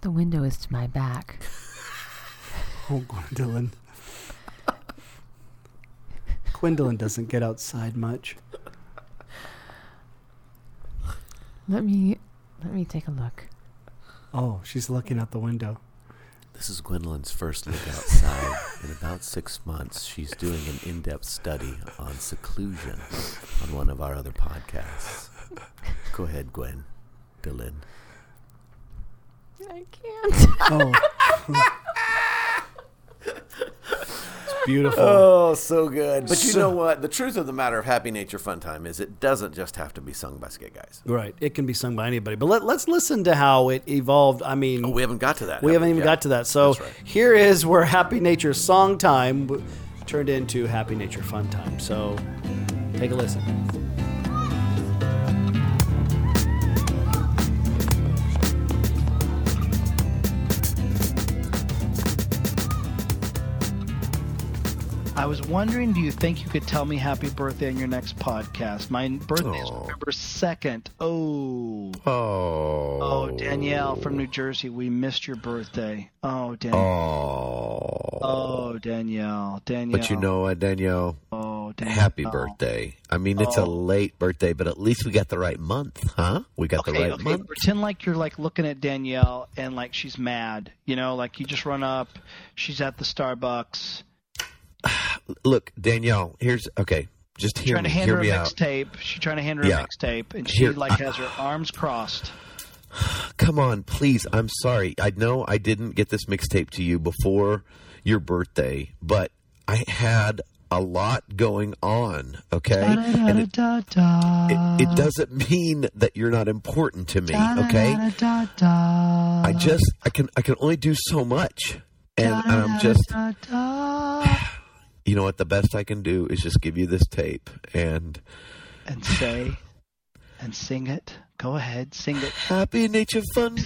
Speaker 4: The window is to my back.
Speaker 2: Oh, Gwendolyn. Gwendolyn doesn't get outside much.
Speaker 4: Let me let me take a look.
Speaker 2: Oh, she's looking out the window.
Speaker 3: This is Gwendolyn's first look outside. In about six months, she's doing an in depth study on seclusion on one of our other podcasts. Go ahead, Gwen. Dylan.
Speaker 4: I can't.
Speaker 2: Oh. it's beautiful.
Speaker 3: Oh, so good. But you know what? The truth of the matter of Happy Nature Fun Time is it doesn't just have to be sung by skit guys.
Speaker 2: Right. It can be sung by anybody. But let, let's listen to how it evolved. I mean,
Speaker 3: Oh, we haven't got to that.
Speaker 2: we
Speaker 3: have
Speaker 2: haven't even
Speaker 3: Yeah.
Speaker 2: got to that. So
Speaker 3: That's right.
Speaker 2: here is where Happy Nature Song Time w- turned into Happy Nature Fun Time. So take a listen.
Speaker 6: I was wondering, do you think you could tell me happy birthday on your next podcast? My birthday is
Speaker 3: Oh.
Speaker 6: November 2nd. Oh.
Speaker 3: Oh.
Speaker 6: Oh, Danielle from New Jersey, we missed your birthday. Oh, Danielle.
Speaker 7: Oh.
Speaker 6: Oh, Danielle. Danielle.
Speaker 7: But you know what, Danielle?
Speaker 6: Oh, Danielle.
Speaker 7: Happy birthday. I mean, it's a late birthday, but at least we got the right month, huh? We got the
Speaker 6: Okay,
Speaker 7: right
Speaker 6: okay,
Speaker 7: month.
Speaker 6: pretend like you're like looking at Danielle and like she's mad. You know, like you just run up, she's at the Starbucks,
Speaker 7: Look, Danielle, here's okay. Just hear
Speaker 6: trying
Speaker 7: me.
Speaker 6: to hand
Speaker 7: hear
Speaker 6: her a
Speaker 7: me out.
Speaker 6: mixtape. She's trying to hand her
Speaker 7: Yeah.
Speaker 6: a mixtape, and she
Speaker 7: Here-
Speaker 6: like has her arms crossed.
Speaker 7: Come on, please. I'm sorry. I know I didn't get this mixtape to you before your birthday, but I had a lot going on, okay? And it, it,
Speaker 6: Uh.
Speaker 7: it doesn't mean that you're not important to me, okay? I just I can I can only do so much, and, and I'm just you know what the best I can do is just give you this tape, and
Speaker 6: and say and sing it. Go ahead, sing it.
Speaker 7: happy nature fun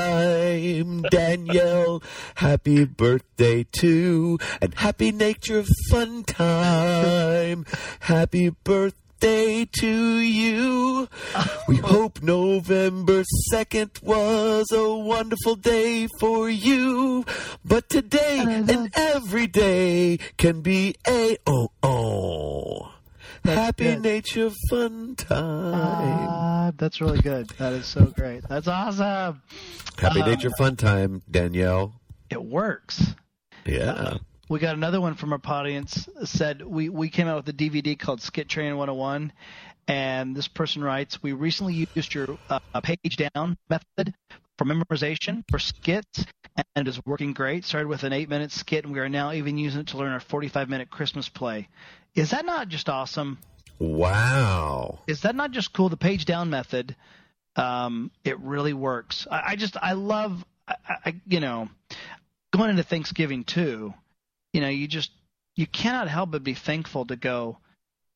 Speaker 7: time, Danielle. Happy birthday to and happy nature fun time. Happy birthday to you. We hope November 2nd was a wonderful day for you. But today and every day can be a oh oh. Happy nature fun time.
Speaker 6: Ah, that's really good. That is so great. That's awesome.
Speaker 2: Uh,
Speaker 7: Happy Nature Fun Time, Danielle.
Speaker 6: It works.
Speaker 7: Yeah.
Speaker 6: We got another one from our audience said we, we came out with a DVD called Skit Train 101 and this person writes we recently used your uh, page down method for memorization for skits and it is working great started with an 8 minute skit and we are now even using it to learn our 45 minute Christmas play. Is that not just awesome?
Speaker 7: Wow.
Speaker 6: is that not just cool? The page down method, um, it really works. I, I just I love I, I, you know going into Thanksgiving too. You know, you just you cannot help but be thankful to go,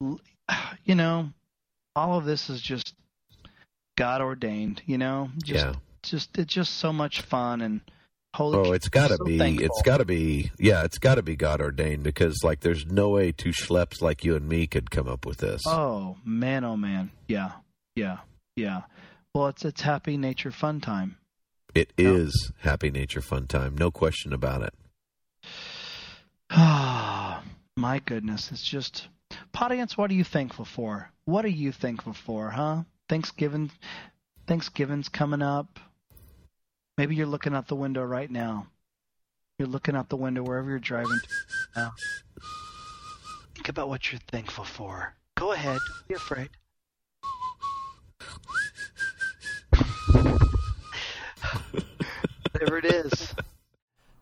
Speaker 6: "L- you know, all of this is just God ordained, you know? Just,
Speaker 7: Yeah.
Speaker 6: Just, it's just so much fun and holy.
Speaker 7: Oh,
Speaker 6: cow,
Speaker 7: it's got to
Speaker 6: so
Speaker 7: be.
Speaker 6: thankful.
Speaker 7: It's got to be. Yeah, it's got to be God ordained because like there's no way two schleps like you and me could come up with this.
Speaker 6: Oh man, oh man, yeah, yeah, yeah. Well, it's it's happy nature fun time.
Speaker 7: It is happy nature fun time, no question about it.
Speaker 6: Ah, my goodness, it's just. Podiance, what are you thankful for? What are you thankful for, huh? Thanksgiving, Thanksgiving's coming up. Maybe you're looking out the window right now. You're looking out the window wherever you're driving to now. Think about what you're thankful for. Go ahead, don't be afraid. there it is.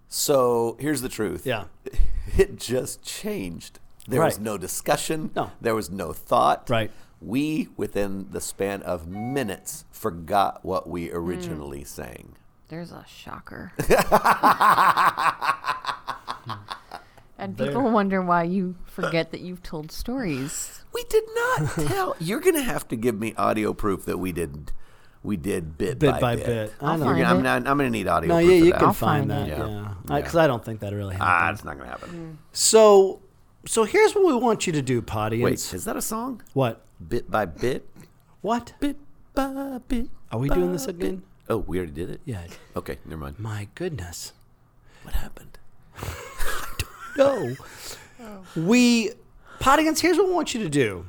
Speaker 3: So here's the truth.
Speaker 2: Yeah.
Speaker 3: It just changed. There was
Speaker 2: Right.
Speaker 3: no discussion.
Speaker 2: No.
Speaker 3: There was no thought.
Speaker 2: Right.
Speaker 3: We, within the span of minutes, forgot what
Speaker 2: Mm.
Speaker 3: we originally sang.
Speaker 4: There's a shocker. and people wonder why you forget that you've told stories.
Speaker 3: We did not tell. You're going to have to give me audio proof that we did. We did bit,
Speaker 2: Bit
Speaker 3: by,
Speaker 2: by
Speaker 3: bit.
Speaker 2: bit. I
Speaker 4: I'll
Speaker 2: know.
Speaker 3: You're
Speaker 4: find
Speaker 3: gonna, I'm,
Speaker 4: it.
Speaker 3: not, I'm going to need audio.
Speaker 2: Mm-hmm. No,
Speaker 3: proof
Speaker 2: yeah,
Speaker 3: of
Speaker 2: you
Speaker 3: that.
Speaker 2: can
Speaker 4: I'll
Speaker 2: find
Speaker 4: find
Speaker 2: that.
Speaker 4: it.
Speaker 3: Yeah.
Speaker 2: Yeah, because I don't think that really happened.
Speaker 3: Ah, it's not going to
Speaker 2: Mm.
Speaker 3: happen.
Speaker 2: so, so here's what we want you to do, Podians.
Speaker 3: Wait, is that a song?
Speaker 2: what?
Speaker 3: Bit by bit.
Speaker 2: What?
Speaker 3: Bit by bit.
Speaker 2: Are we
Speaker 3: by
Speaker 2: doing this
Speaker 3: bit.
Speaker 2: again?
Speaker 3: Oh, we already did it.
Speaker 2: Yeah.
Speaker 3: Okay, never mind.
Speaker 2: My goodness.
Speaker 3: What happened?
Speaker 2: No. We, Podians. Here's what we want you to do.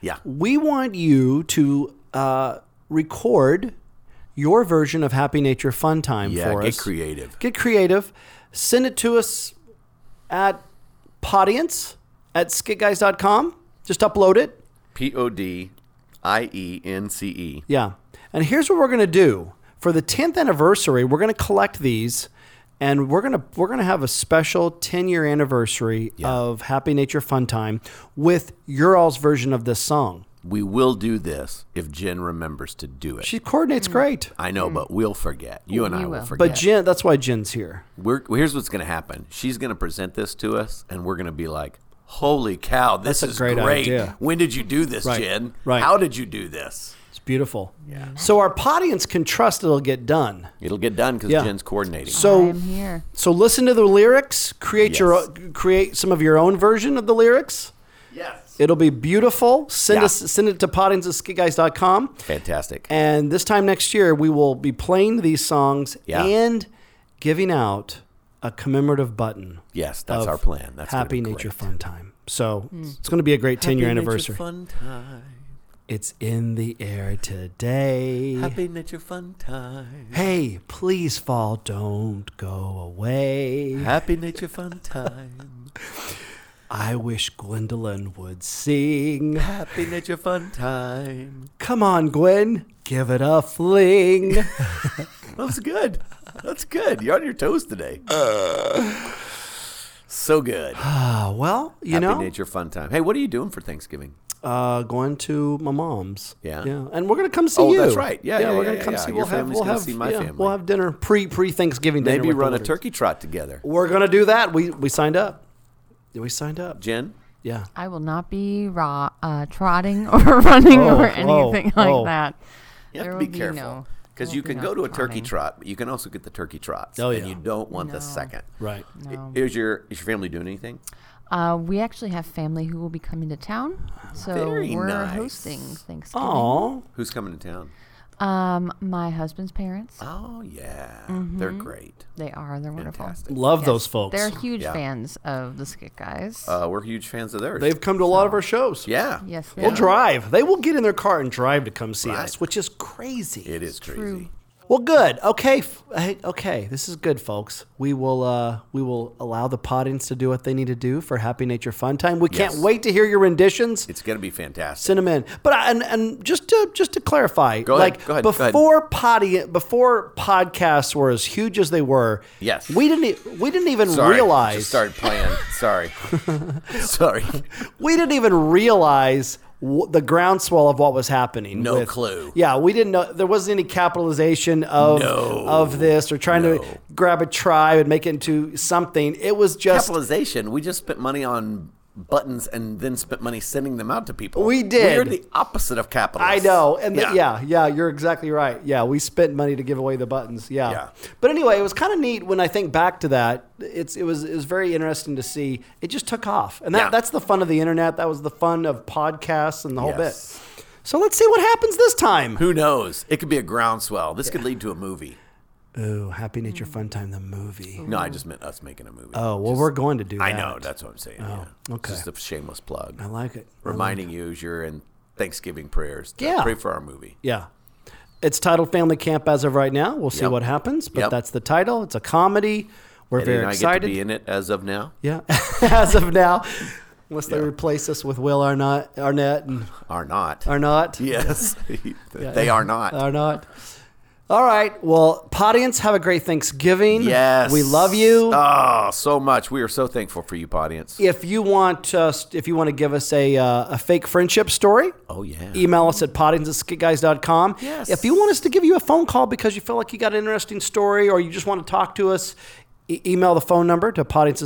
Speaker 3: Yeah.
Speaker 2: We want you to uh, record your version of Happy Nature Fun Time
Speaker 3: Yeah,
Speaker 2: for
Speaker 3: get
Speaker 2: us.
Speaker 3: creative.
Speaker 2: Get creative. Send it to us at podience at skitguys.com. Just upload it.
Speaker 3: P O D I E N C E.
Speaker 2: Yeah. And here's what we're going to do. For the 10th anniversary, we're going to collect these and we're going to we're going to have a special 10-year anniversary of Happy Nature Fun Time with your all's version of this song.
Speaker 3: We will do this if Jen remembers to do it.
Speaker 2: She coordinates great.
Speaker 3: I know, but we'll forget. You and I
Speaker 4: You
Speaker 3: will
Speaker 4: will.
Speaker 3: forget.
Speaker 2: But Jen, that's why Jen's here.
Speaker 3: We're, here's what's going to happen. She's going to present this to us, and we're going to be like, "Holy cow, this
Speaker 2: That's a
Speaker 3: is
Speaker 2: great
Speaker 3: great!
Speaker 2: idea."
Speaker 3: When did you do this,
Speaker 2: Right,
Speaker 3: Jen?
Speaker 2: right.
Speaker 3: How did you do this?"
Speaker 2: It's beautiful. Yeah. So our audience can trust it'll get done.
Speaker 3: It'll get done because
Speaker 2: Yeah.
Speaker 3: Jen's coordinating.
Speaker 2: So
Speaker 4: I'm here.
Speaker 2: So listen to the lyrics. Create your
Speaker 3: Yes.
Speaker 2: your create some of your own version of the lyrics.
Speaker 3: yes,
Speaker 2: It'll be beautiful. Send
Speaker 3: Yeah.
Speaker 2: us send it to pottings at skitguys.com.
Speaker 3: fantastic.
Speaker 2: And this time next year, we will be playing these songs
Speaker 3: Yeah.
Speaker 2: and giving out a commemorative button.
Speaker 3: yes, that's
Speaker 2: of
Speaker 3: our plan. That's gonna
Speaker 2: Happy
Speaker 3: be
Speaker 2: Nature
Speaker 3: great.
Speaker 2: Fun Time. So it's going to be a great 10 year
Speaker 3: Happy Nature
Speaker 2: anniversary.
Speaker 3: Fun time.
Speaker 2: It's in the air today.
Speaker 3: Happy nature fun time.
Speaker 2: Hey, please fall. Don't go away.
Speaker 3: Happy nature fun time.
Speaker 2: I wish Gwendolyn would sing.
Speaker 3: Happy nature fun time.
Speaker 2: Come on, Gwen. Give it a fling.
Speaker 3: That's good. That's good. You're on your toes today. so good.
Speaker 2: Ah, well, you
Speaker 3: Happy
Speaker 2: know,
Speaker 3: nature fun time. Hey, what are you doing for Thanksgiving?
Speaker 2: uh, going to my mom's.
Speaker 3: Yeah.
Speaker 2: yeah, and we're gonna come see
Speaker 3: Oh,
Speaker 2: you.
Speaker 3: that's right. Yeah, yeah,
Speaker 2: we're
Speaker 3: yeah,
Speaker 2: gonna
Speaker 3: yeah,
Speaker 2: come
Speaker 3: yeah.
Speaker 2: see.
Speaker 3: Your
Speaker 2: We'll have,
Speaker 3: family's
Speaker 2: we'll
Speaker 3: gonna
Speaker 2: have,
Speaker 3: see my
Speaker 2: yeah,
Speaker 3: family.
Speaker 2: We'll have dinner pre pre Thanksgiving dinner.
Speaker 3: Maybe
Speaker 2: with the
Speaker 3: run a
Speaker 2: Wooders.
Speaker 3: turkey trot together.
Speaker 2: We're gonna do that. We we signed up. We signed up.
Speaker 3: Jen,
Speaker 2: Yeah.
Speaker 4: I will not be raw, uh, trotting or running
Speaker 2: Oh,
Speaker 4: or
Speaker 2: oh,
Speaker 4: anything
Speaker 2: oh.
Speaker 4: like that.
Speaker 3: you have
Speaker 4: There
Speaker 3: to
Speaker 4: will
Speaker 3: be
Speaker 4: be
Speaker 3: careful
Speaker 4: no-
Speaker 3: because
Speaker 4: there
Speaker 3: you
Speaker 4: will be
Speaker 3: can
Speaker 4: no
Speaker 3: go to a turkey
Speaker 4: trotting.
Speaker 3: trot, but you can also get the turkey trots,
Speaker 2: Oh,
Speaker 3: and
Speaker 2: yeah.
Speaker 3: you don't want the
Speaker 4: No.
Speaker 3: second.
Speaker 2: Right.
Speaker 4: No.
Speaker 3: Is your is your family doing anything?
Speaker 4: Uh, we actually have family who will be coming to town, so
Speaker 3: Very
Speaker 4: we're
Speaker 3: nice.
Speaker 4: hosting Thanksgiving.
Speaker 2: Oh,
Speaker 3: Who's coming to town?
Speaker 4: Um, my husband's parents.
Speaker 3: Oh yeah, they're
Speaker 4: Mm-hmm.
Speaker 3: great.
Speaker 4: They are. They're wonderful.
Speaker 3: Fantastic.
Speaker 2: love
Speaker 4: Yes.
Speaker 2: those folks.
Speaker 4: They're huge
Speaker 3: Yeah.
Speaker 4: fans of the Skit Guys.
Speaker 3: Uh, we're huge fans of theirs.
Speaker 2: They've come to a lot of our shows.
Speaker 3: yeah.
Speaker 4: yes, they
Speaker 2: We'll
Speaker 4: are.
Speaker 2: drive. They will get in their car and drive to come see
Speaker 3: Right.
Speaker 2: us, which is crazy.
Speaker 3: It is crazy.
Speaker 4: True.
Speaker 2: Well, good. Okay, f- hey, okay. This is good, folks. We will uh, we will allow the audience to do what they need to do for Happy Nature Fun Time. We can't
Speaker 3: Yes.
Speaker 2: wait to hear your renditions.
Speaker 3: It's gonna be fantastic.
Speaker 2: Send them in. But I, and and just to just to clarify,
Speaker 3: Go ahead,
Speaker 2: like
Speaker 3: go ahead, go ahead.
Speaker 2: before podi- before podcasts were as huge as they were,
Speaker 3: Yes.
Speaker 2: we didn't e- we didn't even
Speaker 3: Sorry,
Speaker 2: realize
Speaker 3: Just started playing. Sorry. Sorry.
Speaker 2: we didn't even realize w- the groundswell of what was happening.
Speaker 3: No clue.
Speaker 2: Yeah, we didn't know. There wasn't any capitalization of
Speaker 3: No.
Speaker 2: of this or trying
Speaker 3: No.
Speaker 2: to grab a tribe and make it into something. It was just
Speaker 3: Capitalization. We just spent money on buttons and then spent money sending them out to people.
Speaker 2: We did.
Speaker 3: We're the opposite of capitalists.
Speaker 2: I know, and th- yeah.
Speaker 3: Yeah.
Speaker 2: yeah, you're exactly right. Yeah, we spent money to give away the buttons. Yeah,
Speaker 3: Yeah.
Speaker 2: but anyway, it was kind of neat when I think back to that. It's it was it was very interesting to see. It just took off, and that,
Speaker 3: Yeah.
Speaker 2: that's the fun of the internet. That was the fun of podcasts and the whole
Speaker 3: Yes.
Speaker 2: bit. So let's see what happens this time.
Speaker 3: Who knows? It could be a groundswell. This could lead to a movie.
Speaker 2: Ooh, Happy Nature Fun Time, the movie.
Speaker 3: No, I just meant us making a movie.
Speaker 2: Oh well, we're going to do. that. Oh,
Speaker 3: I know. That's what I'm saying. yeah.
Speaker 2: okay.
Speaker 3: Just a shameless plug.
Speaker 2: I like it.
Speaker 3: Reminding you as you're in Thanksgiving prayers. to
Speaker 2: Yeah.
Speaker 3: Pray for our movie.
Speaker 2: Yeah. It's titled Family Camp as of right now. We'll see
Speaker 3: Yep.
Speaker 2: what happens, but
Speaker 3: Yep.
Speaker 2: that's the title. It's a comedy. We're
Speaker 3: Eddie
Speaker 2: very
Speaker 3: and I
Speaker 2: excited.
Speaker 3: get to be in it as of now.
Speaker 2: Yeah, as of now, unless they replace us with Will Arnott, Arnett and
Speaker 3: Are not.
Speaker 2: Arnott,
Speaker 3: Yes. they are
Speaker 2: Uh,
Speaker 3: not.
Speaker 2: Arnott. All right. Well, audience, have a great Thanksgiving.
Speaker 3: Yes.
Speaker 2: we love you.
Speaker 3: Oh, so much. We are so thankful for you, audience.
Speaker 2: if you want us, if you want to give us a uh, a fake friendship story,
Speaker 3: Oh, yeah.
Speaker 2: email us at poddings at com.
Speaker 3: Yes.
Speaker 2: If you want us to give you a phone call because you feel like you got an interesting story or you just want to talk to us, e- email the phone number to poddings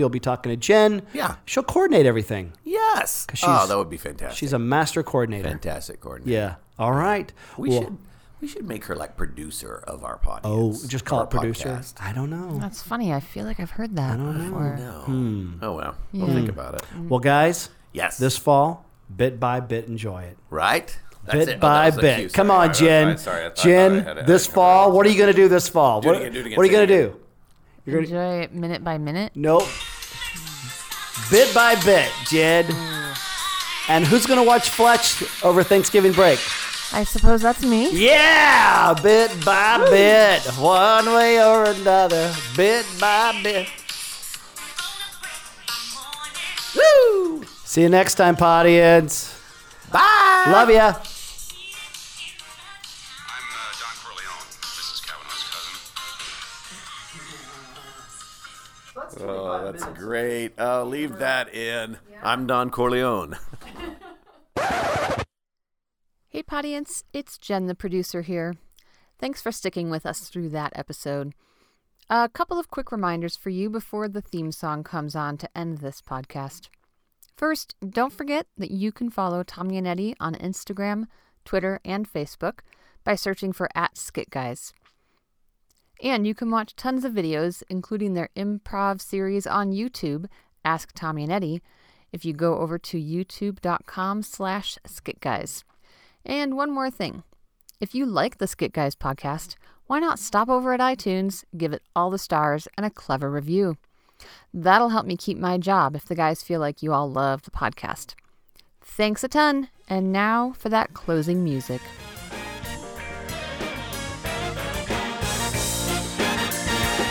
Speaker 2: You'll be talking to Jen.
Speaker 3: Yeah.
Speaker 2: She'll coordinate everything.
Speaker 3: Yes.
Speaker 2: she's-
Speaker 3: oh, that would be fantastic.
Speaker 2: She's a master coordinator.
Speaker 3: fantastic coordinator.
Speaker 2: Yeah. All right.
Speaker 3: We
Speaker 2: Well,
Speaker 3: should we should make her like producer of our podcast.
Speaker 2: Oh, just call
Speaker 3: or
Speaker 2: it producer.
Speaker 3: podcast.
Speaker 2: I don't know.
Speaker 4: That's funny. I feel like I've heard that before.
Speaker 3: No. Oh well. We'll think about it.
Speaker 2: Well, guys,
Speaker 3: Yes.
Speaker 2: Hmm. this fall, bit by bit, enjoy it.
Speaker 3: right? That's
Speaker 2: Bit
Speaker 3: it. Oh, that
Speaker 2: by
Speaker 3: was a
Speaker 2: bit.
Speaker 3: cue.
Speaker 2: Come
Speaker 3: Sorry.
Speaker 2: on, Jen. Jen, this fall, what are you going to do this fall?
Speaker 3: it
Speaker 2: what,
Speaker 3: again, do it again,
Speaker 2: what are you
Speaker 3: say
Speaker 2: going
Speaker 3: it
Speaker 2: to do? You're gonna-
Speaker 4: Enjoy it minute by minute.
Speaker 2: Nope. Bit by bit, Jed. And who's going to watch Fletch over Thanksgiving break?
Speaker 4: I suppose that's me.
Speaker 2: Yeah, bit by bit, one way or another, bit by bit. Woo! See you next time, audience. Bye. Love ya.
Speaker 5: I'm uh, Don Corleone, Mrs. Kavanaugh's cousin.
Speaker 3: Oh, that's great. Uh, leave that in. I'm Don Corleone.
Speaker 4: Hey, audience. It's Jen, the producer here. Thanks for sticking with us through that episode. A couple of quick reminders for you before the theme song comes on to end this podcast. First, don't forget that you can follow Tom Yannetti on Instagram, Twitter, and Facebook by searching for at Skit Guys. And you can watch tons of videos, including their improv series on YouTube, Ask Tom Yannetti, if you go over to youtube.com slash skitguys. And one more thing. If you like the Skit Guys podcast, why not stop over at iTunes, give it all the stars, and a clever review? That'll help me keep my job if the guys feel like you all love the podcast. Thanks a ton, and now for that closing music.